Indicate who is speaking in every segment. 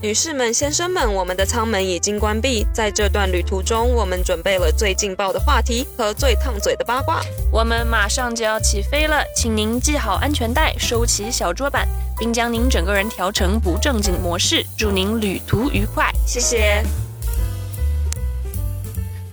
Speaker 1: 女士们、先生们，我们的舱门已经关闭。在这段旅途中，我们准备了最劲爆的话题和最烫嘴的八卦。
Speaker 2: 我们马上就要起飞了，请您系好安全带，收起小桌板，并将您整个人调成不正经模式。祝您旅途愉快，
Speaker 1: 谢谢，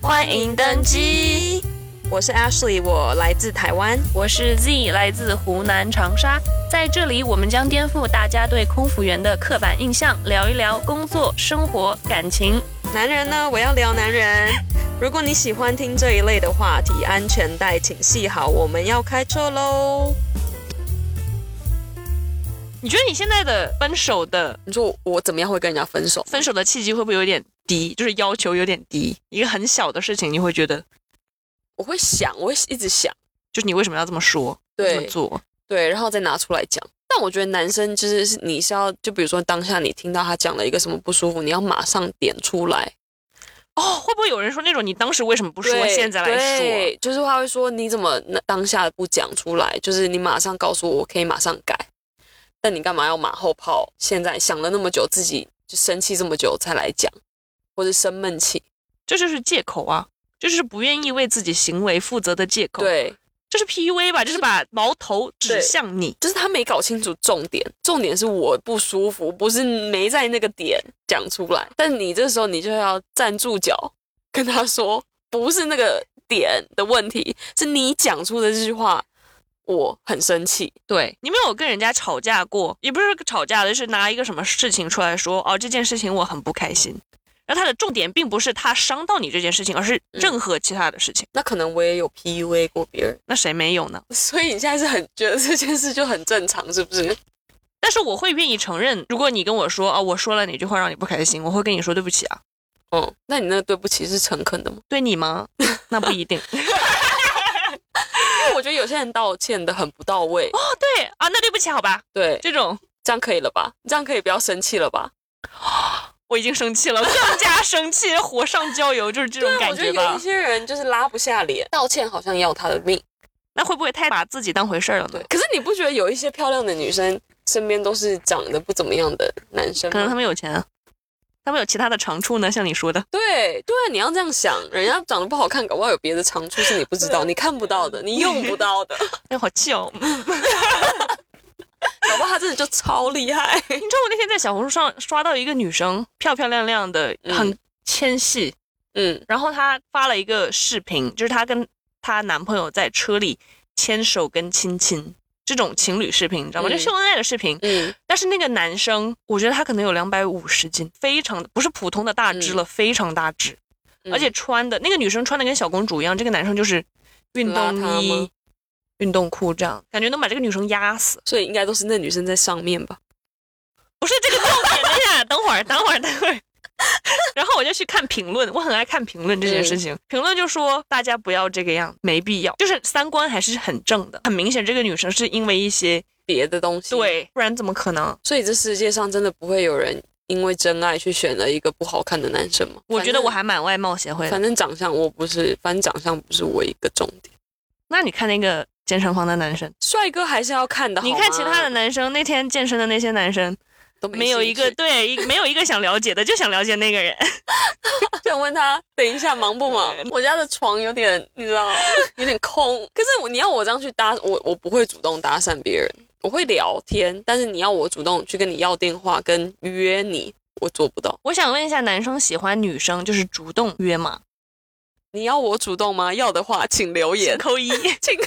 Speaker 2: 欢迎登机。
Speaker 1: 我是 Ashley，我来自台湾。
Speaker 2: 我是 Z，来自湖南长沙。在这里，我们将颠覆大家对空服员的刻板印象，聊一聊工作、生活、感情。
Speaker 1: 男人呢？我要聊男 人。如果你喜欢听这一类的话题，安全带请系好，我们要开车喽。
Speaker 2: 你觉得你现在的分手的
Speaker 1: 你说我怎么样会跟人家分手？
Speaker 2: 分手的契机会不会有点低？就是要求有点低，一个很小的事情，你会觉得，
Speaker 1: 我会想，我会一直想，
Speaker 2: 就是你为什么要这么说，
Speaker 1: 对
Speaker 2: 这么做？
Speaker 1: 对，然后再拿出来讲。但我觉得男生就是是你是要，就比如说当下你听到他讲了一个什么不舒服，你要马上点出来，
Speaker 2: 哦，会不会有人说那种你当时为什么不说，
Speaker 1: 对
Speaker 2: 现在来说？
Speaker 1: 对，就是他会说你怎么那当下不讲出来，就是你马上告诉我，我可以马上改。但你干嘛要马后炮？现在想了那么久，自己就生气这么久才来讲，或者生闷气，
Speaker 2: 这就是借口啊，这就是不愿意为自己行为负责的借口。，
Speaker 1: 对，
Speaker 2: 这是 PUA 吧？就是把矛头指
Speaker 1: 对
Speaker 2: 向你。
Speaker 1: 就是他没搞清楚重点，重点是我不舒服，不是没在那个点讲出来。但你这时候你就要站住脚，跟他说不是那个点的问题，是你讲出的这句话，我很生气。
Speaker 2: 对，你没有跟人家吵架过，也不是吵架，就是拿一个什么事情出来说，哦，这件事情我很不开心。然后他的重点并不是他伤到你这件事情，而
Speaker 1: 嗯
Speaker 2: 是任何其他的事情。
Speaker 1: 那可能我也有 PUA 过别人，
Speaker 2: 那谁没有呢？
Speaker 1: 所以你现在是很觉得这件事就很正常，是不是？
Speaker 2: 但是我会愿意承认，如果你跟我说，哦，我说了哪句话让你不开心，我会跟你说对不起啊。
Speaker 1: 嗯，那你那个对不起是诚恳的吗？
Speaker 2: 对你吗？ 那不一定。
Speaker 1: 哦因为我觉得有些人道歉的很不到位，
Speaker 2: 对啊，那对不起，好吧，
Speaker 1: 对，
Speaker 2: 这种
Speaker 1: 这样可以了吧？这样可以不要生气了吧？
Speaker 2: 我已经生气了，更加生气，火上浇油，就是这种
Speaker 1: 对，啊
Speaker 2: 感
Speaker 1: 我觉得有
Speaker 2: 吧
Speaker 1: 一。些人就是拉不下脸，道歉好像要他的命。
Speaker 2: 那会不会太把自己当回事儿了呢
Speaker 1: 对？，可是你不觉得有一些漂亮的女生身边都是长得不怎么样的男生
Speaker 2: 可能他
Speaker 1: 吗？
Speaker 2: 们有钱啊，他们有其他的长处呢，像你说的。
Speaker 1: 对对，你要这样想，人家长得不好看，搞不好有别的长处是你不知道、你看不到 的、你用不到的，
Speaker 2: 哎，好气哦！ 你知
Speaker 1: 搞不好他真的就超厉害。
Speaker 2: 道我那天在小红书上刷到一个女生，漂漂亮亮的，
Speaker 1: 嗯
Speaker 2: 很纤细，
Speaker 1: 嗯，
Speaker 2: 然后她发了一个视频，就是她跟她男朋友在车里牵手跟亲亲。这种情侣视频，你知道吗？
Speaker 1: 嗯
Speaker 2: 就秀恩爱的视频，
Speaker 1: 嗯，
Speaker 2: 但是那个男生，我觉得他可能有两百五十斤，非常不是普通的大只了，非常大只，
Speaker 1: 嗯
Speaker 2: 而且穿的那个女生穿的跟小公主一样，这个男生就是运
Speaker 1: 邋遢
Speaker 2: 动
Speaker 1: 吗
Speaker 2: 衣、运动裤这样，感觉能把这个女生压死。
Speaker 1: 所以应该都是那女生在上面吧？
Speaker 2: 不是这个重点，等一下， 等会儿，等会儿，等会儿。 然后我就去看评论，我很爱看评论这件
Speaker 1: 嗯
Speaker 2: 事情。评论就说大家不要这个样，没必要，就是三观还是很正的。很明显，这个女生是因为一些
Speaker 1: 别的东西。，
Speaker 2: 对，不然怎么可能？
Speaker 1: 所以这世界上真的不会有人因为真爱去选了一个不好看的男生吗？
Speaker 2: 我觉得
Speaker 1: 反正
Speaker 2: 我还蛮外貌协会的。
Speaker 1: 反正长相我不是，反正长相不是我一个重点。
Speaker 2: 那你看那个健身房的男生，
Speaker 1: 帅哥还是要看的，
Speaker 2: 你
Speaker 1: 好
Speaker 2: 看
Speaker 1: 吗
Speaker 2: 其他的男生，那天健身的那些男生，
Speaker 1: 都
Speaker 2: 没有一个
Speaker 1: 兴趣。
Speaker 2: 对，一没有一个想了解的，就想了解那个人。
Speaker 1: 想问他，等一下忙不忙
Speaker 2: 对？
Speaker 1: 我家的床有点，你知 道，有点空。可是我你要我这样去搭，我我不会主动搭讪别人，我会聊天，但是你要我主动去跟你要电话跟约你，我做不到。
Speaker 2: 我想问一下，男生喜欢女生就是主动约吗？
Speaker 1: 你要我主动吗？要的话，请留言。
Speaker 2: 扣一。
Speaker 1: 请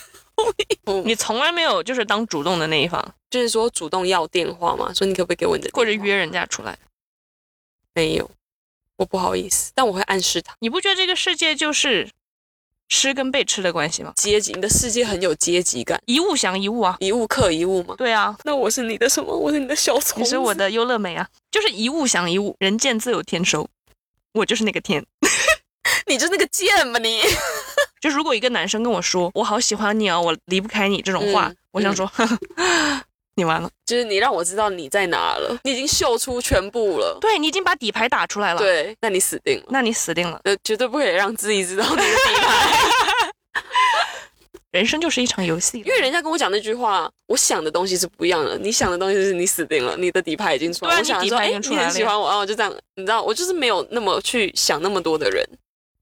Speaker 2: 你从来没有就是当主动的那一方，
Speaker 1: 就是说主动要电话嘛，说你可不可以给我你的电话
Speaker 2: 或者？约人家出来，
Speaker 1: 没有，我不好意思，但我会暗示他。
Speaker 2: 你不觉得这个世界就是吃跟被吃的关系吗？
Speaker 1: 阶级，你的世界很有阶级感，
Speaker 2: 一物降一物啊，
Speaker 1: 一物克一物嘛。
Speaker 2: 对啊，
Speaker 1: 那我是你的什么？我是你的小虫
Speaker 2: 你
Speaker 1: 子。
Speaker 2: 是我的优乐美啊，就是一物降一物，人贱自有天收，我就是那个天。
Speaker 1: 你就那个贱吧你！
Speaker 2: 就是如果一个男生跟我说我好喜欢你哦，我离不开你这种话，
Speaker 1: 嗯
Speaker 2: 我想说，呵呵 你完了，
Speaker 1: 就是你让我知道你在哪了，你已经秀出全部了。
Speaker 2: 对你已经把底牌打出来了，，
Speaker 1: 对，那你死定了，
Speaker 2: 那你死定了。
Speaker 1: 呃，绝对不可以让自己知道你的底牌。
Speaker 2: 人生就是一场游戏，
Speaker 1: 因为人家跟我讲那句话，我想的东西是不一样的，你想的东西是你死定了，你的底牌已经出来。
Speaker 2: 对啊
Speaker 1: 我想
Speaker 2: 你底
Speaker 1: 说，
Speaker 2: 牌
Speaker 1: 哎、
Speaker 2: 已经出
Speaker 1: 你
Speaker 2: 来
Speaker 1: 很
Speaker 2: 了
Speaker 1: 喜
Speaker 2: 呀
Speaker 1: 欢我，哦，就这样，你知道，我就是没有那么去想那么多的人，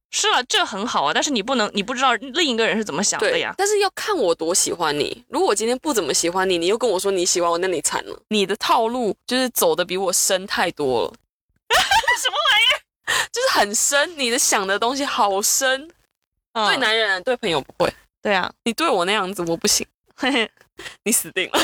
Speaker 2: 是啊，这很好啊，但是你不能，你不知道另一个人是怎么想的
Speaker 1: 对
Speaker 2: 呀。
Speaker 1: 但是要看我多喜欢你。如果我今天不怎么喜欢你，你又跟我说你喜欢我，那你惨了。你的套路就是走的比我深太多 了。
Speaker 2: 什么
Speaker 1: 玩意儿？就是很深，你的想的东西好深。
Speaker 2: 嗯
Speaker 1: 对男人、对朋友不会，
Speaker 2: 对啊，
Speaker 1: 你对我那样子我不行，
Speaker 2: 因
Speaker 1: 你死定了。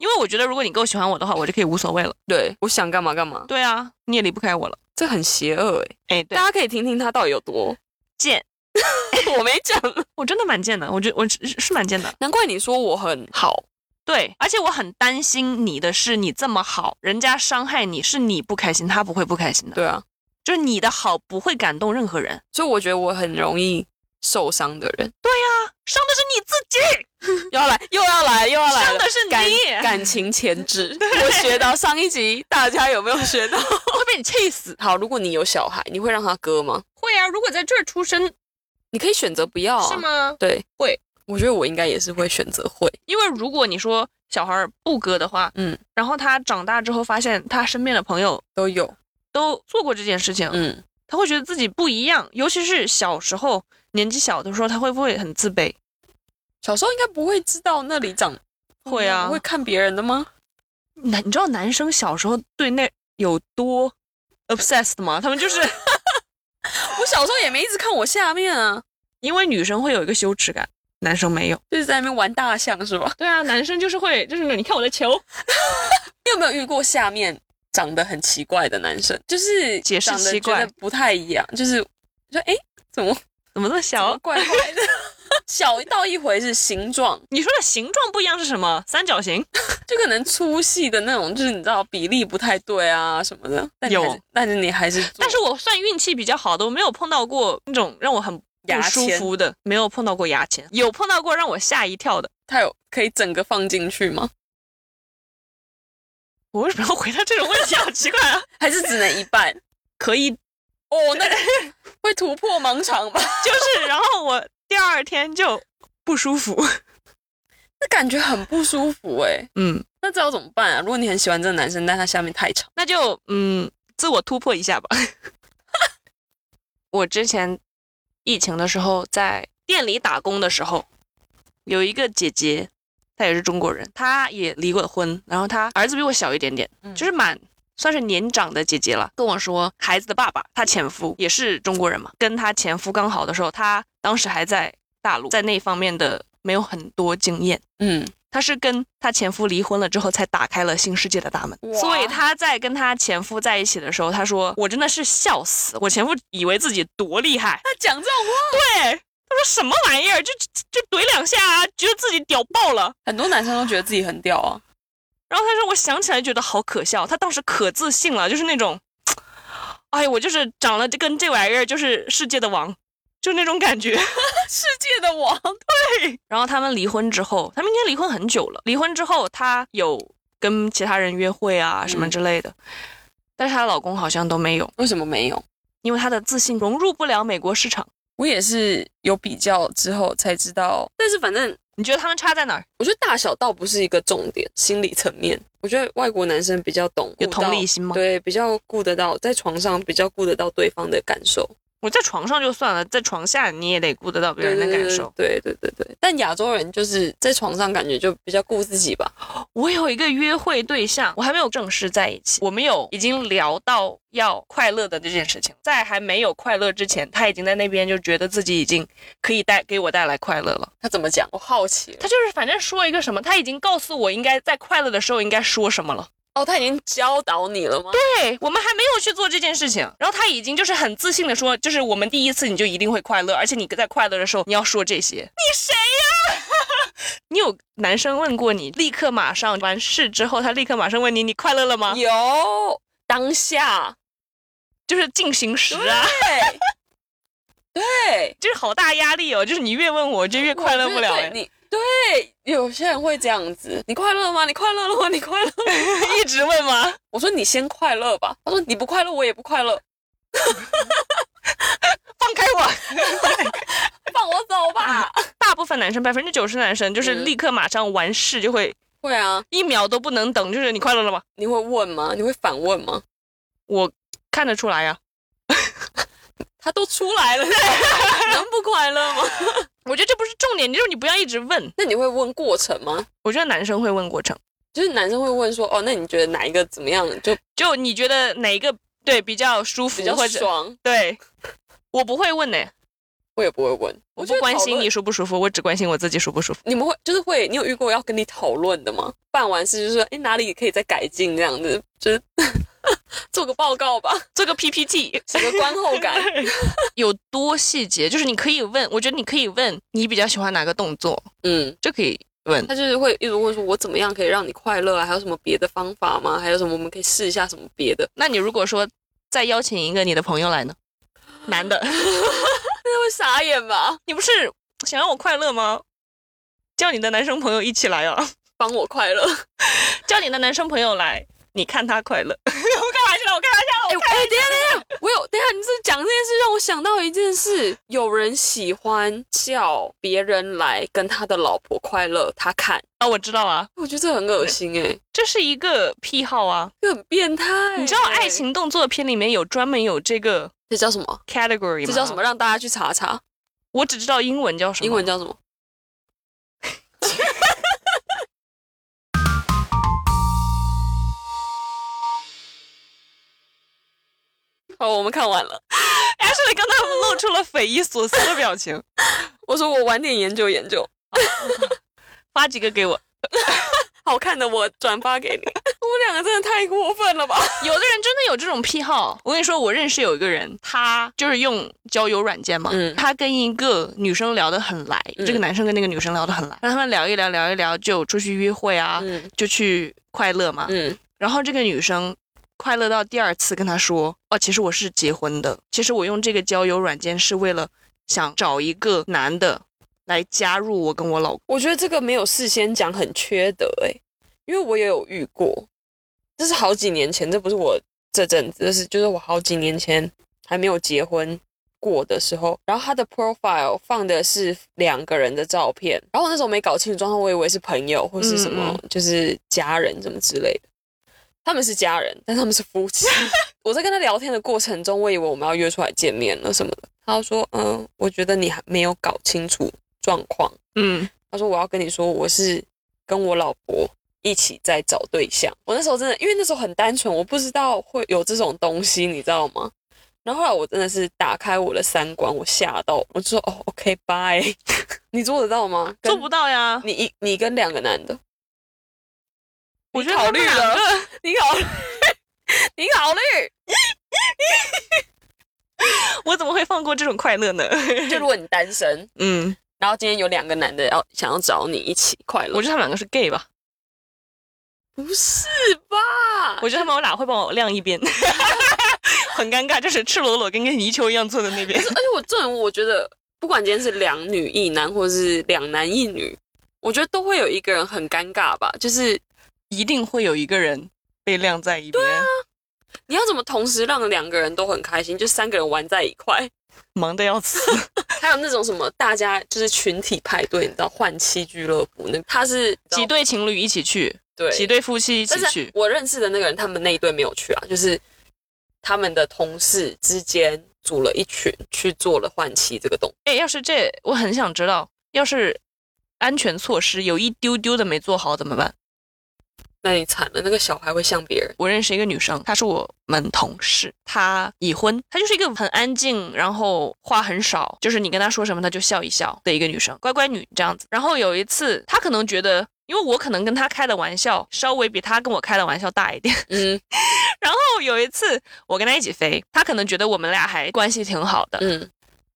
Speaker 2: 为我觉得如果你够喜欢我的话，我就可以无所谓了。
Speaker 1: 对，我想干嘛干嘛，
Speaker 2: 对啊，你也离不开我了。
Speaker 1: 这很邪恶哎、
Speaker 2: 哎，对
Speaker 1: 大，家可以听听他到底有多
Speaker 2: 贱，
Speaker 1: 我没讲，
Speaker 2: 我真的蛮贱的，我觉我是是蛮贱的。
Speaker 1: 难怪你说我很好。
Speaker 2: 对，而且我很担心你的是你这么好，人家伤害你是你不开心，他不会不开心的。
Speaker 1: 对啊，
Speaker 2: 就是你的好不会感动任何人，
Speaker 1: 所以我觉得我很容易受伤的人。
Speaker 2: 伤的是你自己，
Speaker 1: 又要来，又要来，又要来了，
Speaker 2: 伤的是
Speaker 1: 感
Speaker 2: 你，
Speaker 1: 感情前 置。我学到上一集，大家有没有 学到？
Speaker 2: 会被你气死。
Speaker 1: 好，如果你有小孩，你会让他割吗？
Speaker 2: 会啊，如果在这儿出生
Speaker 1: 你可以选择不要、啊，
Speaker 2: 是？吗？
Speaker 1: 对，
Speaker 2: 会。
Speaker 1: 我觉得我应该也是会选择会，
Speaker 2: 因为如果你说小孩儿不割的话，
Speaker 1: 嗯，
Speaker 2: 然后他长大之后发现他身边的朋友
Speaker 1: 都有。
Speaker 2: 都做过这件事情，
Speaker 1: 嗯，
Speaker 2: 他会觉得自己不一样，尤其是小时候年纪小的时候，他会不会很自卑？
Speaker 1: 小时候应该不会知道那里长，
Speaker 2: 会啊
Speaker 1: 不会看别人的吗？
Speaker 2: 男，你知道男生小时候对那有多 obsessed 吗？他们 就是
Speaker 1: 我小时候也没一直看我下面啊，
Speaker 2: 因为女生会有一个羞耻感，男生没有。
Speaker 1: 就是在那边玩大象是吧？
Speaker 2: 对啊，男生就是会，就是你看我的球，
Speaker 1: 你有没有遇过下面长得很奇怪的男生？就是
Speaker 2: 解释
Speaker 1: 长得
Speaker 2: 奇怪
Speaker 1: 觉得不太一样，就是说哎，诶怎么
Speaker 2: 怎么这么
Speaker 1: 怎么
Speaker 2: 小？
Speaker 1: 怪怪的？ 小到一回是形状，
Speaker 2: 你说的形状不一样是什么？三角形？
Speaker 1: 就可能粗细的那种，就是你知道比例不太对啊什么的。但你还是
Speaker 2: 有，
Speaker 1: 但是你还是做，
Speaker 2: 但是我算运气比较好的，我没有碰到过那种让我很
Speaker 1: 牙
Speaker 2: 不舒
Speaker 1: 签
Speaker 2: 服的，没有碰到过牙签，有碰到过让我吓一跳的。
Speaker 1: 它有可以整个放进去吗？
Speaker 2: 我为什么要回答这种问题？好奇怪啊！
Speaker 1: 还是只能一半？
Speaker 2: 可以，
Speaker 1: 哦，那个会突破盲肠 吧？
Speaker 2: 就是，然后我第二天就不舒服。
Speaker 1: 那感觉很不舒服哎、
Speaker 2: 嗯，
Speaker 1: 那这要怎么办啊？如果你很喜欢这个男生，但他下面太长，
Speaker 2: 那就嗯，自我突破一下吧。 我之前疫情的时候在店里打工的时候，有一个姐姐，她也是中国人，她也离过婚，然后她儿子比我小一点点，
Speaker 1: 嗯
Speaker 2: 就是蛮算是年长的姐姐了，跟我说孩子的爸爸，她前夫也是中国人嘛，跟她前夫刚好的时候，她当时还在大陆，在那方面的没有很多经验。
Speaker 1: 嗯，
Speaker 2: 她是跟她前夫离婚了之后才打开了新世界的大门，
Speaker 1: 哇
Speaker 2: 所以她在跟她前夫在一起的时候，她说：“我真的是笑死，我前夫以为自己多厉害，
Speaker 1: 他讲这种话，
Speaker 2: 对，他说什么玩意儿，就就就怼两下啊，觉得自己屌爆了。”
Speaker 1: 很多男生都觉得自己很屌啊。
Speaker 2: 然后他说：“我想起来觉得好可笑，他当时可自信了，就是那种，哎呀，我就是长了这跟这玩意儿就是世界的王，就那种感觉。
Speaker 1: 世界的王，”
Speaker 2: 然后他们离婚之后，他们应该离婚很久了。离婚之后，她有跟其他人约会啊什
Speaker 1: 嗯
Speaker 2: 么之类的，但是她老公好像都没有，
Speaker 1: 为什么没有？
Speaker 2: 因为她的自信融入不了美国市场。
Speaker 1: 我也是有比较之后才知道，但是反正
Speaker 2: 你觉得他们差在哪儿？
Speaker 1: 我觉得大小倒不是一个重点，心理层面，我觉得外国男生比较懂，
Speaker 2: 有
Speaker 1: 顾到
Speaker 2: 同理心吗
Speaker 1: 对，比较顾得到，在床上比较顾得到对方的感受，
Speaker 2: 我在床上就算了，在床下你也得顾得到别人的感受。
Speaker 1: 对对对对对。但亚洲人就是在床上感觉就比较顾自己吧，
Speaker 2: 我有一个约会对象，我还没有正式在一起，我们有已经聊到要快乐的这件事情，在还没有快乐之前，他已经在那边就觉得自己已经可以带给我带来快乐了。
Speaker 1: 他怎么讲？我好奇了
Speaker 2: 他就是反正说一个什么，他已经告诉我应该在快乐的时候应该说什么了。
Speaker 1: 哦，他已经教导你了吗？
Speaker 2: 对我们还没有去做这件事情，然后他已经就是很自信的说，就是我们第一次你就一定会快乐，而且你在快乐的时候你要说这些。你谁呀、 你有男生问过你，立刻马上完事之后，他立刻马上问你，你快乐了吗？
Speaker 1: 有当下，
Speaker 2: 就是进行时
Speaker 1: 对
Speaker 2: 啊，
Speaker 1: 对，
Speaker 2: 就是好大压力哦。就是你越问我，就越快乐不了
Speaker 1: 我觉得对
Speaker 2: 哎，
Speaker 1: 你。对，有些人会这样子。你快乐吗？你快乐了吗？你快乐了吗？
Speaker 2: 一直问吗？
Speaker 1: 我说你先快乐吧。他说你不快乐，我也不快乐。
Speaker 2: 放放开 我！
Speaker 1: 放我走吧。
Speaker 2: 大部分男生百分之九十男生就是
Speaker 1: 啊嗯
Speaker 2: 立刻马上完事就会
Speaker 1: 会啊，
Speaker 2: 一秒都不能等，就是你快乐了吗？
Speaker 1: 你会问吗？你会反问吗？
Speaker 2: 我看得出来呀、
Speaker 1: 他都出来了， 能不快乐吗？
Speaker 2: 我觉得这不是重点，就是你不要一直问。
Speaker 1: 那你会问过程吗？
Speaker 2: 我觉得男生会问过程，
Speaker 1: 就是男生会问说，哦，那你觉得哪一个怎么样？就
Speaker 2: 就你觉得哪一个对比较舒服
Speaker 1: 比较
Speaker 2: 或者
Speaker 1: 爽，
Speaker 2: 对，我不会问呢、
Speaker 1: 我也不会问。
Speaker 2: 我
Speaker 1: 觉
Speaker 2: 不
Speaker 1: 得
Speaker 2: 关
Speaker 1: 讨
Speaker 2: 心
Speaker 1: 论
Speaker 2: 你舒不舒服，我只关心我自己舒不舒服。
Speaker 1: 你们会就是会，你有遇过要跟你讨论的吗？办完事就是说，哎，哪里可以再改进这样子，就是 做个报告吧，
Speaker 2: 这个 PPT
Speaker 1: 写个观后 感。
Speaker 2: 有多细节，就是你可以问，我觉得你可以问你比较喜欢哪个动作，
Speaker 1: 嗯，
Speaker 2: 就可以问。
Speaker 1: 他就是会一直问说，我怎么样可以让你快乐啊？还有什么别的方法吗？还有什么我们可以试一下什么别的？
Speaker 2: 那你如果说再邀请一个你的朋友来呢？男的，
Speaker 1: 那会傻眼吧？
Speaker 2: 你不是想让我快乐吗？叫你的男生朋友一起来啊，
Speaker 1: 帮我快乐。
Speaker 2: 叫你的男生朋友来，你看他快乐。 我开玩笑的，我开玩笑
Speaker 1: 哎、
Speaker 2: 的，
Speaker 1: 我
Speaker 2: 我
Speaker 1: 哎、
Speaker 2: 开玩笑的。
Speaker 1: 等一下等一下，我有等一下，你这讲这件事让我想到一件事，有人喜欢叫别人来跟他的老婆快乐，他看，
Speaker 2: 啊，我知道啊，
Speaker 1: 我觉得这很恶心哎、
Speaker 2: 这是一个癖好啊。
Speaker 1: 这很变态欸、
Speaker 2: 你知道爱情动作片里面有专门有这个
Speaker 1: 这叫什么？
Speaker 2: category 吗？
Speaker 1: 这叫什么？？让大家去查查，
Speaker 2: 我只知道英文叫什么，
Speaker 1: 英文叫什么？ 好，我们看完了。
Speaker 2: Ashley 刚才露出了匪夷所思的 表情，
Speaker 1: 我说我晚点研究研究，
Speaker 2: 发几个给我。
Speaker 1: 好看的我转发给你。 我们两个真的太过分了吧？
Speaker 2: 有的人真的有这种癖好。我跟你说，我认识有一个人，他就是用交友软件嘛，
Speaker 1: 嗯
Speaker 2: 他跟一个女生聊得很来，
Speaker 1: 嗯
Speaker 2: 这个男生跟那个女生聊得很来，让他们聊一聊，聊一聊就出去约会啊，
Speaker 1: 嗯
Speaker 2: 就去快乐嘛。
Speaker 1: 嗯
Speaker 2: 然后这个女生快乐到第二次跟他说：“哦，其实我是结婚的，其实我用这个交友软件是为了想找一个男的来加入我跟我老公。”
Speaker 1: 我觉得这个没有事先讲很缺德哎、因为我也有遇过，这是好几年前，这不是我这阵子，这是就是我好几年前还没有结婚过的时候，然后他的 profile 放的是两个人的照片，然后我那时候没搞清楚状况，我以为是朋友或是什么，
Speaker 2: 嗯
Speaker 1: 就是家人什么之类的。他们是家人，但他们是夫妻。 我在跟他聊天的过程中，我以为我们要约出来见面了什么的。他就说：“嗯，我觉得你还没有搞清楚状况。”
Speaker 2: 嗯，
Speaker 1: 他说我要跟你说，我是跟我老婆一起在找对象。我那时候真的，因为那时候很单纯，我不知道会有这种东西，你知道吗？然后后来我真的是打开我的三观，我吓到，我就说哦，OK，拜， 你做得到吗？跟
Speaker 2: 做不到呀。
Speaker 1: 你一你跟两个男的，
Speaker 2: 我觉得
Speaker 1: 考
Speaker 2: 他
Speaker 1: 虑
Speaker 2: 们两
Speaker 1: 了
Speaker 2: 个，
Speaker 1: 你考虑，你考虑，
Speaker 2: 我怎么会放过这种快乐呢？
Speaker 1: 就如果你单身，
Speaker 2: 嗯，
Speaker 1: 然后今天有两个男的要想要找你一起快乐，
Speaker 2: 我觉得他们两个是 gay 吧？
Speaker 1: 不是吧？
Speaker 2: 我觉得他们俩会帮我晾一边， 很尴尬，就是赤裸裸跟个泥鳅一样坐在那边。
Speaker 1: 而且我这种，我觉得不管今天是两女一男，或者是两男一女，我觉得都会有一个人很尴尬吧。就是
Speaker 2: 一定会有一个人被晾在一边，
Speaker 1: 啊你要怎么同时让两个人都很开心，就三个人玩在一块。
Speaker 2: 忙得 要死。
Speaker 1: 还有那种什么，大家就是群体派对，你知道换妻俱乐部那他是
Speaker 2: 几对情侣一起去，
Speaker 1: 对
Speaker 2: 几对夫妻一起
Speaker 1: 但是
Speaker 2: 去，
Speaker 1: 我认识的那个人，他们那一队没有去啊，就是他们的同事之间组了一群去做了换妻这个动作。
Speaker 2: 哎，要是这，我很想知道，要是安全措施有一丢丢的没做好怎么办？
Speaker 1: 那你惨了，那个小孩会像别人。
Speaker 2: 我认识一个女生，她是我们同事，她已婚，她就是一个很安静，然后话很少，就是你跟她说什么，她就笑一笑的一个女生，乖乖女这样子。然后有一次，她可能觉得，因为我可能跟她开的玩笑稍微比她跟我开的玩笑大一点，
Speaker 1: 嗯
Speaker 2: 然后有一次我跟她一起飞，她可能觉得我们俩还关系挺好的，
Speaker 1: 嗯，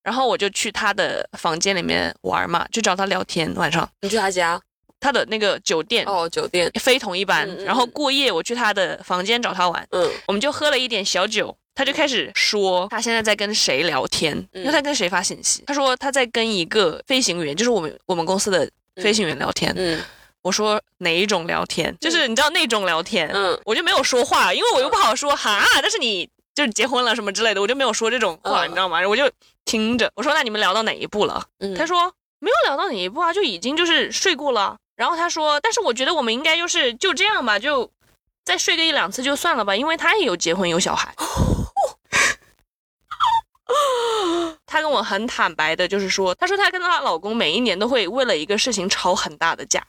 Speaker 2: 然后我就去她的房间里面玩嘛，就找她聊天，晚上
Speaker 1: 你去他家
Speaker 2: 她的那个酒店。
Speaker 1: 哦，酒店。
Speaker 2: 非同一班
Speaker 1: 嗯，嗯
Speaker 2: 然后
Speaker 1: 嗯
Speaker 2: 过夜我去她的房间找她玩，
Speaker 1: 嗯，
Speaker 2: 我们就喝了一点小酒，他就开始说他现在在跟谁聊天，
Speaker 1: 嗯
Speaker 2: 因为他跟谁发信息。他说他在跟一个飞行员，就是我们我们公司的飞行员聊天。
Speaker 1: 嗯
Speaker 2: 我说哪一种聊天？就是你知道那种聊天，
Speaker 1: 嗯
Speaker 2: 我就没有说话，因为我又不好说哈。但是你就是结婚了什么之类的，我就没有说这种话，
Speaker 1: 嗯
Speaker 2: 你知道吗？我就听着，我说那你们聊到哪一步了？
Speaker 1: 嗯
Speaker 2: 他说没有聊到哪一步啊，就已经就是睡过了。然后他说，但是我觉得我们应该就是就这样吧，就再睡个一两次就算了吧，因为他也有结婚有小孩。他跟我很坦白的，就是说，她说她跟她老公每一年都会为了一个事情吵很大的架，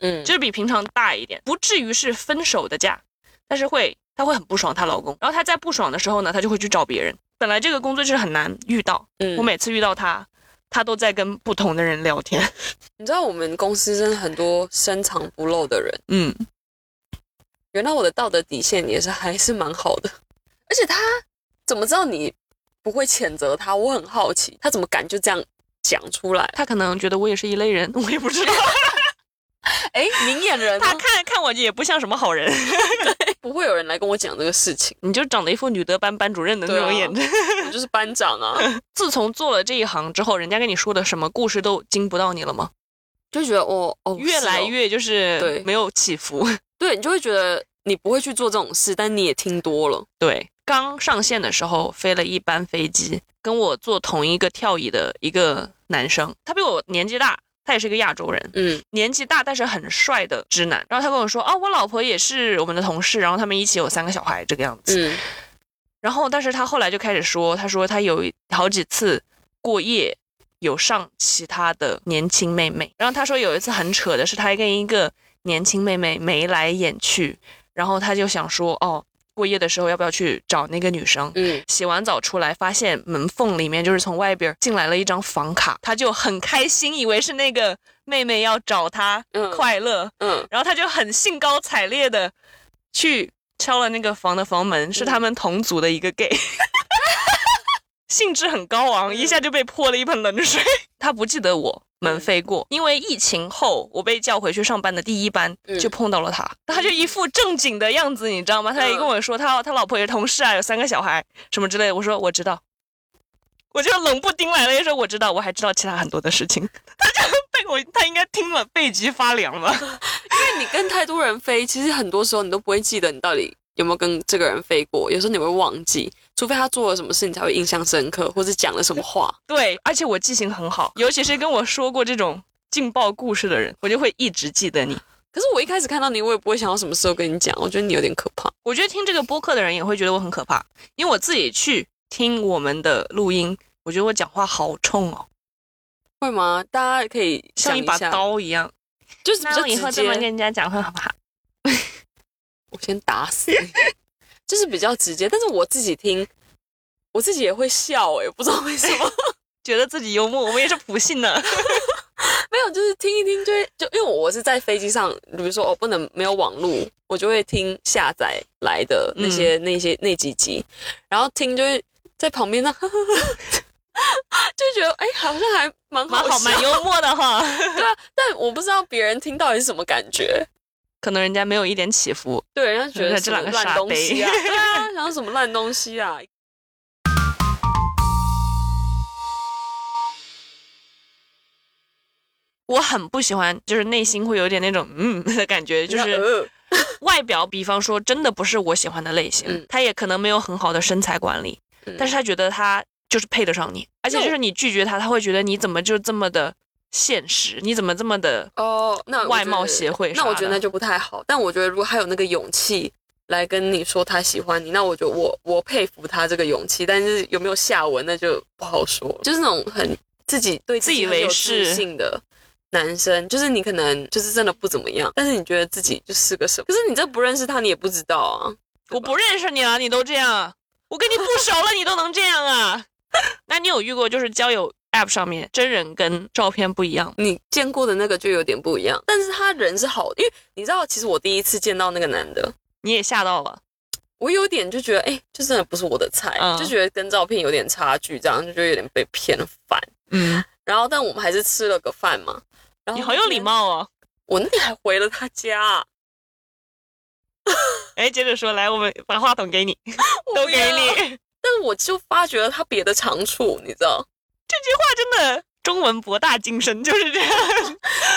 Speaker 1: 嗯，
Speaker 2: 就是比平常大一点，不至于是分手的架，但是会她会很不爽她老公，然后她在不爽的时候呢，她就会去找别人。本来这个工作就是很难遇到，
Speaker 1: 嗯
Speaker 2: 我每次遇到她，她都在跟不同的人聊天。
Speaker 1: 你知道我们公司真的很多深藏不露的人，
Speaker 2: 嗯，
Speaker 1: 原来我的道德底线也是还是蛮好的，而且他怎么知道你不会谴责他？我很好奇，他怎么敢就这样讲出来？
Speaker 2: 她可能觉得我也是一类人， 我也不知道。
Speaker 1: 哎，明眼人、
Speaker 2: 她
Speaker 1: 啊，
Speaker 2: 看看我也不像什么好人，
Speaker 1: 不会有人来跟我讲这个事情。
Speaker 2: 你就长得一副女德班班主任的那
Speaker 1: 对啊
Speaker 2: 种眼睛。
Speaker 1: 我就是班长啊，
Speaker 2: 自从做了这一行之后，人家跟你说的什么故事都惊不到你了吗？
Speaker 1: 就觉得哦哦，
Speaker 2: 越来
Speaker 1: 是哦
Speaker 2: 越就是
Speaker 1: 对
Speaker 2: 没有起伏。
Speaker 1: 对，你就会觉得你不会去做这种事，但你也听多了。
Speaker 2: 对，刚上线的时候飞了一班飞机，跟我坐同一个跳椅的一个男生，他比我年纪大，他也是个亚洲人，
Speaker 1: 嗯
Speaker 2: 年纪大但是很帅的直男。然后他跟我说，哦，我老婆也是我们的同事，然后他们一起有三个小孩这个样子。
Speaker 1: 嗯
Speaker 2: 然后，但是他后来就开始说，他说他有一好几次过夜有上其他的年轻妹妹，然后他说有一次很扯的是，他还跟一个年轻妹妹眉来眼去，然后他就想说，哦，过夜的时候要不要去找那个女生？
Speaker 1: 嗯，
Speaker 2: 洗完澡出来，发现门缝里面就是从外边进来了一张房卡，他就很开心，以为是那个妹妹要找他
Speaker 1: 嗯
Speaker 2: 快乐，
Speaker 1: 嗯，
Speaker 2: 然后他就很兴高采烈的去敲了那个房的房门，是他们同组的一个 gay，、兴致很高昂，一下就被泼了一盆冷水。嗯 嗯他不记得我们飞过，因为疫情后我被叫回去上班的第一班
Speaker 1: 嗯
Speaker 2: 就碰到了他，他就一副正经的样子，你知道吗？他也跟我说他他老婆也是同事啊，有三个小孩什么之类的。我说我知道。我就冷不丁来了一声，我知道，我还知道其他很多的事情， 他就被我，他应该听了背脊发凉了。
Speaker 1: 因为你跟太多人飞，其实很多时候你都不会记得你到底有没有跟这个人飞过，有时候你会忘记，除非他做了什么事，你才会印象深刻，或者讲了什么话。
Speaker 2: 对，而且我记性很好，尤其是跟我说过这种劲爆故事的人，我就会一直记得你。
Speaker 1: 可是我一开始看到你，我也不会想到什么时候跟你讲，我觉得你有点可怕。
Speaker 2: 我觉得听这个播客的人也会觉得我很可怕，因为我自己去听我们的录音，我觉得我讲话好冲哦，
Speaker 1: 会吗？大家可以
Speaker 2: 像
Speaker 1: 想
Speaker 2: 一
Speaker 1: 一
Speaker 2: 把
Speaker 1: 下，
Speaker 2: 刀一样。
Speaker 1: 就是比
Speaker 2: 那我以后
Speaker 1: 较直
Speaker 2: 这么跟
Speaker 1: 接。
Speaker 2: 人家讲话好不好？
Speaker 1: 我先打死你， 就是比较直接。但是我自己听，我自己也会笑、欸，不知道为什么。
Speaker 2: 觉得自己幽默，我们也是普信 的。
Speaker 1: 没有，就是听一听就会就因为我是在飞机上，比如说我、哦、不能没有网络，我就会听下载来的那些、
Speaker 2: 嗯
Speaker 1: 那些那几集，然后听就会在旁边呢， 呵呵呵就觉得哎、好像还蛮
Speaker 2: 蛮好，
Speaker 1: 笑
Speaker 2: 蛮幽默的哈。
Speaker 1: 对啊，但我不知道别人听到底是什么感觉。
Speaker 2: 可能人家没有一点起伏。
Speaker 1: 对，人家觉得
Speaker 2: 这
Speaker 1: 什么
Speaker 2: 两个傻
Speaker 1: 烂东西啊，
Speaker 2: 杯
Speaker 1: 对啊，然后什么烂东西啊。
Speaker 2: 我很不喜欢，就是内心会有点那种嗯 的感觉， 就
Speaker 1: 你知
Speaker 2: 是
Speaker 1: 道呃
Speaker 2: 外表，比方说真的不是我喜欢的类型，
Speaker 1: 嗯
Speaker 2: 他也可能没有很好的身材管理，
Speaker 1: 嗯
Speaker 2: 但是他觉得他就是配得上你，而且就是你拒绝他，他会觉得你怎么就这么的现实，你怎么这么的
Speaker 1: 哦，那我
Speaker 2: 外
Speaker 1: 觉得
Speaker 2: 貌协会
Speaker 1: 那我
Speaker 2: 啥
Speaker 1: 觉得
Speaker 2: 的
Speaker 1: 那就不太好。但我觉得如果他有那个勇气来跟你说他喜欢你，那我觉得我我佩服他这个勇气。但是有没有下文，那就不好说了。就是那种很自己对
Speaker 2: 自以
Speaker 1: 很有
Speaker 2: 为
Speaker 1: 自
Speaker 2: 是
Speaker 1: 信的。男生就是你，可能就是真的不怎么样，但是你觉得自己就是个什么？可是你这不认识他，你也不知道啊。
Speaker 2: 我不认识你啊，你都这样啊，我跟你不熟了，你都能这样啊？ 那你有遇过就是交友 app 上面真人跟照片不一样吗？
Speaker 1: 你见过的那个就有点不一样，但是他人是好的，因为你知道，其实我第一次见到那个男的，
Speaker 2: 你也吓到了，
Speaker 1: 我有点就觉得，哎、就真的不是我的菜，
Speaker 2: 嗯
Speaker 1: 就觉得跟照片有点差距，这样就觉得有点被骗烦。
Speaker 2: 嗯，
Speaker 1: 然后，但我们还是吃了个饭嘛。然后
Speaker 2: 你好有礼，貌哦。
Speaker 1: 我那天还回了他家，
Speaker 2: 哎，接着说，来，我们把话筒给你，
Speaker 1: 不
Speaker 2: 都给
Speaker 1: 要
Speaker 2: 你。 这
Speaker 1: 啊但是我就发觉了他别的长处，你知道，
Speaker 2: 句话真的中文博大精深，就是这样。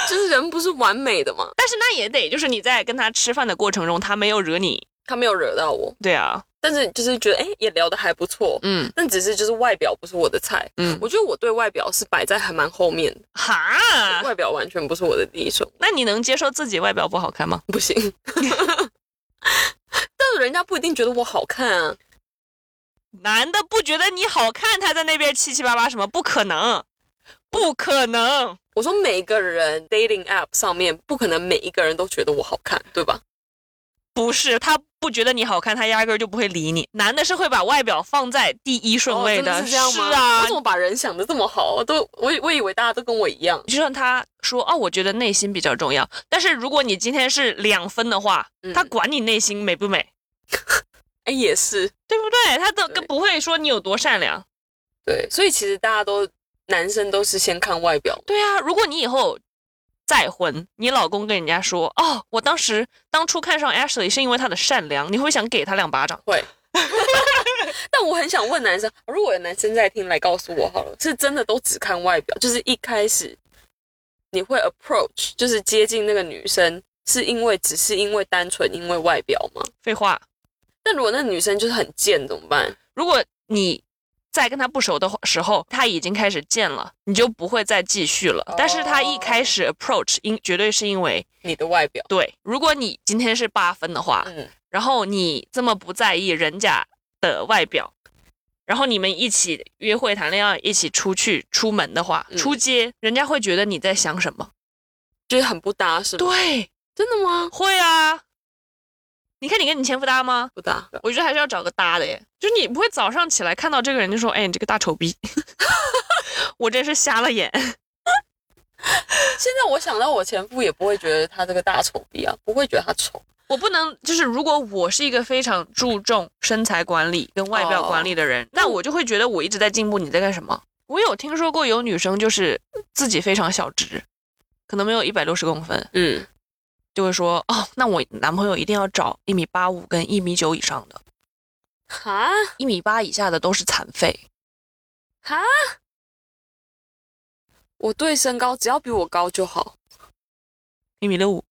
Speaker 1: 就是人不是完美的嘛，
Speaker 2: 但是那也得就是你在跟他吃饭的过程中，他没有惹你，
Speaker 1: 他没有惹到我，
Speaker 2: 对啊，
Speaker 1: 但是就是觉得哎、诶也聊得还不错，
Speaker 2: 嗯
Speaker 1: 但只是就是外表不是我的菜。
Speaker 2: 嗯，
Speaker 1: 我觉得我对外表是摆在还蛮后面的，
Speaker 2: 哈，
Speaker 1: 外表完全不是我的第一顺位，
Speaker 2: 那你能接受自己外表不好看吗？
Speaker 1: 不行。但人家不一定觉得我好看啊，
Speaker 2: 男的不觉得你好看，他在那边七七八八什么？不可能，不可能。
Speaker 1: 我说每个人 dating app 上面不可能每一个人都觉得我好看，对吧？
Speaker 2: 不是，他不觉得你好看，他压根儿就不会理你。男的是会把外表放在第一顺位
Speaker 1: 哦真是这样吗？
Speaker 2: 是啊
Speaker 1: 我怎，么把人想的这么好？我都我以我以为大家都跟我一样，
Speaker 2: 就像他说哦，我觉得内心比较重要。但是如果你今天是两分的话，
Speaker 1: 嗯
Speaker 2: 他管你内心美不美，
Speaker 1: 哎，也是
Speaker 2: 对不对？他都
Speaker 1: 对
Speaker 2: 跟不会说你有多善良。
Speaker 1: 对，所以其实大家都男生都是先看外表，
Speaker 2: 对啊，如果你以后再婚，你老公跟人家说哦，我当时当初看上 Ashley 是因为她的善良，你会不会想给他两巴掌？
Speaker 1: 会。但我很想问男生，如果有男生在听，来告诉我好了，是真的都只看外表，就是一开始你会 approach，就是接近那个女生，是因为只是因为单纯因为外表吗？
Speaker 2: 废话，
Speaker 1: 但如果那女生就是很贱怎么办？
Speaker 2: 如果你在跟他不熟的时候，他已经开始见了，你就不会再继续了。但是他一开始 approach，因绝对是因为
Speaker 1: 你的外表，
Speaker 2: 对，如果你今天是八分的话，
Speaker 1: 嗯，
Speaker 2: 然后你这么不在意人家的外表，然后你们一起约会、谈恋爱、一起出去、出门的话，
Speaker 1: 嗯
Speaker 2: 出街人家会觉得你在想什么？
Speaker 1: 就是很不搭是吗？，
Speaker 2: 对，
Speaker 1: 真的吗？
Speaker 2: 会啊。你看你跟你前夫搭吗？
Speaker 1: 不搭，啊
Speaker 2: 我觉得还是要找个搭的耶，就是你不会早上起来看到这个人就说，哎，你这个大丑逼，我真是瞎了眼。
Speaker 1: 现在我想到我前夫也不会觉得他这个大丑逼啊，不会觉得他丑。
Speaker 2: 我不能，就是如果我是一个非常注重身材管理跟外表管理的人，那我就会觉得我一直在进步，你在干什么？我有听说过有女生就是自己非常小只，可能没有一百六十公分，
Speaker 1: 嗯，
Speaker 2: 就会说，哦，那我男朋友一定要找一米八五跟一米九以上的，
Speaker 1: 哈
Speaker 2: 一米八以下的都是残废。
Speaker 1: 哈，我对身高只要比我高就好。
Speaker 2: 一米六五，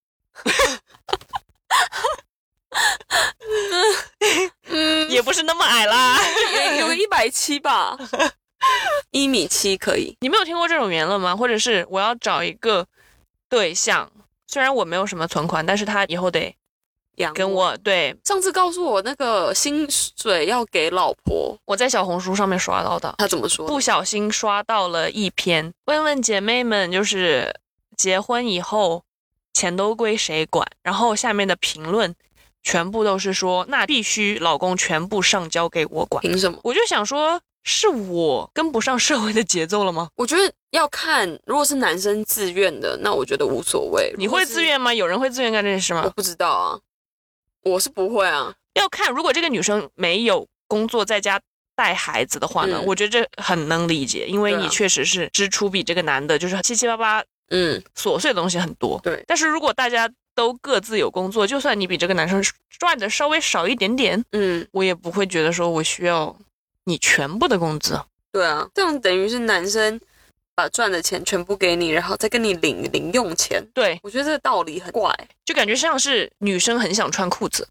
Speaker 1: 嗯，
Speaker 2: 也不是那么矮啦。
Speaker 1: 有有一百七吧，一米七可以。
Speaker 2: 你没有听过这种言论吗？或者是我要找一个对象，虽然我没有什么存款，但是他以后得
Speaker 1: 养
Speaker 2: 跟我对
Speaker 1: 上次告诉我那个薪水要给老婆，
Speaker 2: 我在小红书上面刷到的，
Speaker 1: 他怎么说？
Speaker 2: 不小心刷到了一篇，问问姐妹们，就是结婚以后钱都归谁管？然后下面的评论全部都是说，那必须老公全部上交给我管。
Speaker 1: 凭什么？
Speaker 2: 我就想说，是我跟不上社会的节奏了吗？
Speaker 1: 我觉得要看，如果是男生自愿的，那我觉得无所谓。
Speaker 2: 你
Speaker 1: 如果
Speaker 2: 会
Speaker 1: 是
Speaker 2: 自？愿吗？有人会自愿干这件事吗
Speaker 1: 我？不知道啊，我是不会啊。
Speaker 2: 要看，如果这个女生没有工作，在家带孩子的话呢，
Speaker 1: 嗯
Speaker 2: 我觉得这很能理解，因为
Speaker 1: 对啊
Speaker 2: 你确实是支出比这个男的就是七七八八
Speaker 1: 嗯，
Speaker 2: 琐碎的东西很多。
Speaker 1: 对
Speaker 2: 但是如果大家都各自有工作，就算你比这个男生赚的稍微少一点点，
Speaker 1: 嗯，
Speaker 2: 我也不会觉得说我需要你全部的工资。
Speaker 1: 对啊，这样等于是男生把赚的钱全部给你，然后再跟你领零用钱。
Speaker 2: 对，
Speaker 1: 我觉得这个道理很怪，
Speaker 2: 就感觉像是女生很想穿裤子，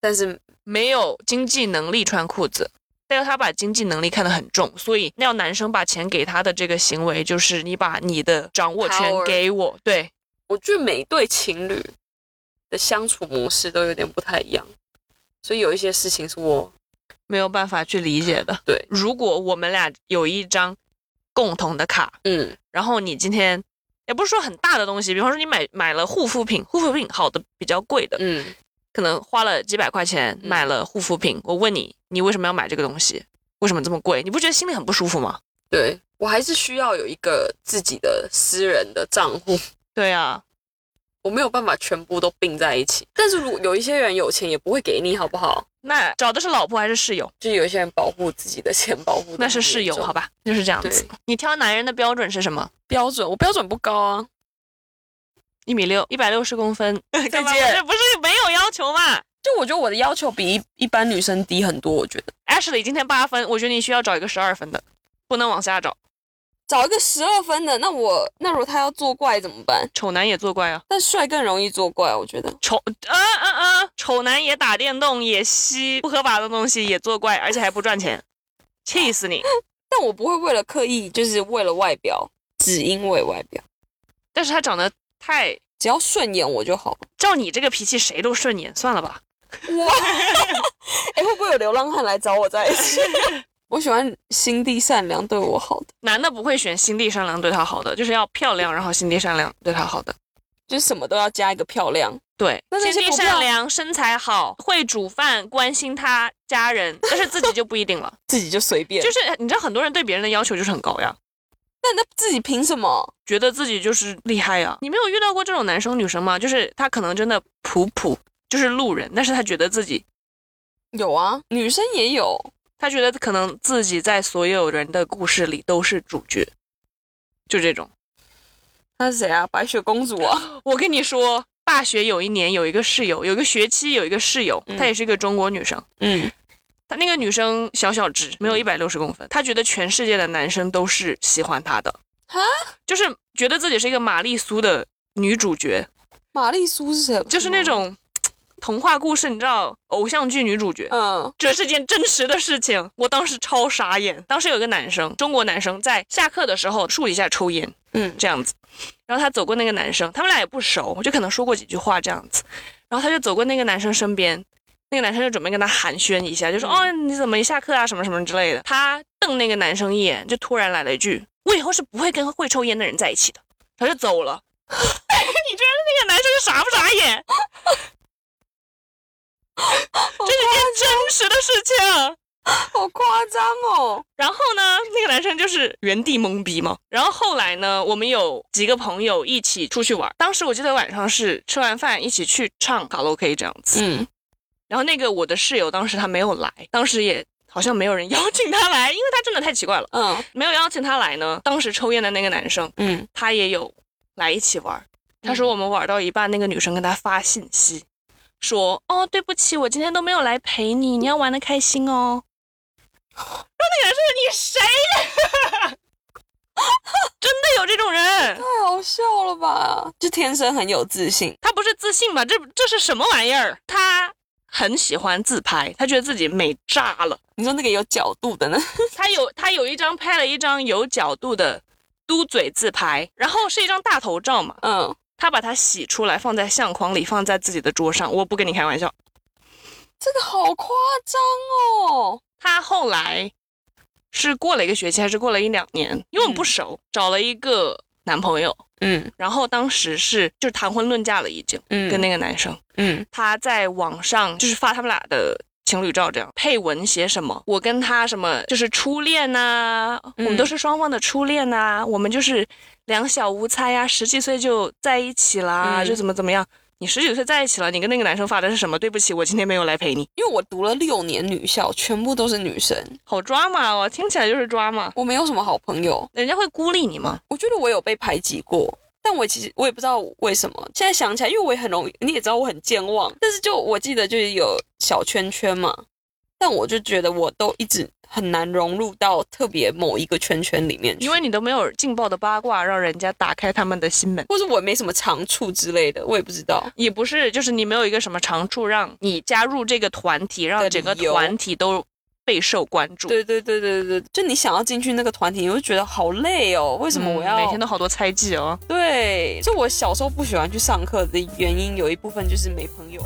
Speaker 1: 但是
Speaker 2: 没有经济能力穿裤子。但是她把经济能力看得很重，所以那要男生把钱给她的这个行为，就是你把你的掌握权
Speaker 1: Power
Speaker 2: 给我。对，
Speaker 1: 我觉得每一对情侣的相处模式都有点不太一样，所以有一些事情是我
Speaker 2: 没有办法去理解的。
Speaker 1: 对，
Speaker 2: 如果我们俩有一张共同的卡，
Speaker 1: 嗯
Speaker 2: 然后你今天也不是说很大的东西，比方说你买买了护肤品，护肤品好的比较贵的，
Speaker 1: 嗯
Speaker 2: 可能花了几百块钱
Speaker 1: 嗯
Speaker 2: 买了护肤品。我问你，你为什么要买这个东西？为什么这么贵？你不觉得心里很不舒服吗？
Speaker 1: 对我还是需要有一个自己的私人的账户，
Speaker 2: 对啊，
Speaker 1: 我没有办法全部都并在一起。但是如果有一些人有钱也不会给你，好不好？
Speaker 2: 那找的是老婆还是室友？
Speaker 1: 就有一些人保护自己的钱，保护
Speaker 2: 那是室友，好
Speaker 1: 吧？
Speaker 2: 吧，就是这样子
Speaker 1: 对。
Speaker 2: 你挑男人的标准是什么？
Speaker 1: 标准我标准不高啊，
Speaker 2: 一米六，一百六十公分。 再
Speaker 1: 见
Speaker 2: 不是没有要求嘛
Speaker 1: 就我觉得我的要求比一一般女生低很多，我觉得
Speaker 2: ？Ashley 今天八分，我觉得你需要找一个十二分的，不能往下找。
Speaker 1: 找一个十二分的，那我那如果他要作怪怎么办？
Speaker 2: 丑男也作怪啊，
Speaker 1: 但帅更容易作怪，我觉得。
Speaker 2: 丑啊啊啊！丑男也打电动，也吸不合法的东西，也作怪，而且还不赚钱，气死你！
Speaker 1: 但我不会为了刻意，就是为了外表，只因为外表，
Speaker 2: 但是他长得太……
Speaker 1: 只要顺眼我就好了。
Speaker 2: 照你这个脾气，谁都顺眼，算了吧。
Speaker 1: 哇， 哎、会不会有流浪汉来找我在一起？ 我喜欢心地善良、对我好的，
Speaker 2: 男的不会选心地善良对他好的，就是要漂亮，然后心地善良对他好的。
Speaker 1: 就是什么都要加一个漂亮。
Speaker 2: 对
Speaker 1: 那，那
Speaker 2: 心
Speaker 1: 些
Speaker 2: 地
Speaker 1: 不漂
Speaker 2: 善良，身材好，会煮饭，关心他家人，但是自己就不一定 了。
Speaker 1: 自己就随便。
Speaker 2: 就是你知道，很多人对别人的要求就是很高呀，
Speaker 1: 那那自己凭什么？
Speaker 2: 觉得自己就是厉害呀。你没有遇到过这种男生女生吗？就是他可能真的普普，就是路人，但是他觉得自己，
Speaker 1: 有啊，女生也有。
Speaker 2: 他觉得可能自己在所有人的故事里都是主角，就这种。
Speaker 1: 她是谁啊？白雪公主啊？
Speaker 2: 我跟你说，大学有一年有一个室友，有一个学期有一个室友，
Speaker 1: 嗯
Speaker 2: 她也是一个中国女生。
Speaker 1: 嗯，
Speaker 2: 她那个女生小小只，没有一百六十公分。她觉得全世界的男生都是喜欢她的，
Speaker 1: 哈，
Speaker 2: 就是觉得自己是一个玛丽苏的女主角，
Speaker 1: 玛丽苏是谁？
Speaker 2: 就是那种童话故事，你知道，偶像剧女主角。
Speaker 1: 嗯，
Speaker 2: 这是件真实的事情，我当时超傻眼。当时有一个男生，中国男生，在下课的时候树底下抽烟，
Speaker 1: 嗯
Speaker 2: 这样子。然后他走过那个男生，他们俩也不熟，就可能说过几句话这样子。然后他就走过那个男生身边，那个男生就准备跟他寒暄一下，就说：“哦，你怎么一下课啊，什么什么之类的。”他瞪那个男生一眼，就突然来了一句：“我以后是不会跟会抽烟的人在一起的。”他就走了。 你觉得那个男生傻不傻眼？ 这是件真实的事情。
Speaker 1: 好夸张哦。
Speaker 2: 然后呢，那个男生就是原地懵逼嘛。然后后来呢，我们有几个朋友一起出去玩，当时我记得晚上是吃完饭一起去唱卡拉 OK 这样子。
Speaker 1: 嗯，
Speaker 2: 然后那个我的室友当时他没有来，当时也好像没有人 邀请他来，因为他真的太奇怪了，
Speaker 1: 嗯
Speaker 2: 没有邀请他来呢。当时抽烟的那个男生
Speaker 1: 嗯，
Speaker 2: 他也有来一起玩儿。他说我们玩到一半，那个女生跟他发信息，说：“哦，对不起，我今天都没有来陪你，你要玩的开心哦。”然后那个人说：“你谁？ 真的有这种人？
Speaker 1: 太好笑了吧？就天生很有自信。
Speaker 2: 他不是自信吧？这这是什么玩意儿？他很喜欢自拍，他觉得自己美炸了。
Speaker 1: 你说那个有角度的呢？
Speaker 2: 他有他有一张拍了一张有角度的嘟嘴自拍，然后是一张大头照嘛，
Speaker 1: 嗯，
Speaker 2: 他把它洗出来，放在相框里，放在自己的桌上。我不跟你开玩笑。
Speaker 1: 这个好夸张哦。
Speaker 2: 他后来是过了一个学期，还是过了一两年，因为我们不熟，找了一个男朋友，
Speaker 1: 嗯
Speaker 2: 然后当时是就是谈婚论嫁了，已经、
Speaker 1: 嗯
Speaker 2: 跟那个男生，
Speaker 1: 嗯
Speaker 2: 他在网上就是发他们俩的。情侣照这样配文写什么？我跟他什么就是初恋呐、
Speaker 1: 嗯
Speaker 2: 我们都是双方的初恋呐、我们就是两小无猜呀、十几岁就在一起啦，
Speaker 1: 嗯
Speaker 2: 就怎么怎么样。你十几岁在一起了，你跟那个男生发的是什么？对不起，我今天没有来陪你，
Speaker 1: 因为我读了六年女校，全部都是女生，
Speaker 2: 好抓马哦，听起来就是抓马。
Speaker 1: 我没有什么好朋友。
Speaker 2: 人家会孤立你吗？
Speaker 1: 我觉得我有被排挤过，但我其实我也不知道为什么。现在想起来，因为我也很容易，你也知道我很健忘，但是就我记得就是有小圈圈嘛，但我就觉得我都一直很难融入到特别某一个圈圈里面去，
Speaker 2: 因为你都没有劲爆的八卦，让人家打开他们的心门。
Speaker 1: 或是我没什么长处之类的，我也不知道。
Speaker 2: 也不是，就是你没有一个什么长处，让你加入这个团体，让整个
Speaker 1: 理由
Speaker 2: 团体都备受关注。
Speaker 1: 对对对对对，对就你想要进去那个团体，你会觉得好累哦。为
Speaker 2: 嗯，
Speaker 1: 什么我要、
Speaker 2: 每天都好多猜忌哦？
Speaker 1: 对，就我小时候不喜欢去上课的原因，有一部分就是没朋友。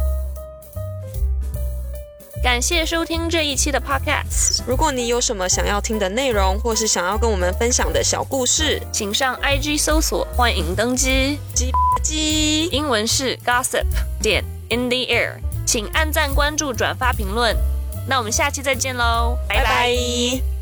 Speaker 2: 感谢收听这一期的 Podcast，
Speaker 1: 如果你有什么想要听的内容，或是想要跟我们分享的小故事，
Speaker 2: 请上 IG 搜索“欢迎登机
Speaker 1: 鸡吧”，鸡，
Speaker 2: 英文是 Gossip 点 In the Air，请按赞、关注、转发、评论。那我们下期再见喽，
Speaker 1: 拜
Speaker 2: 拜拜
Speaker 1: 拜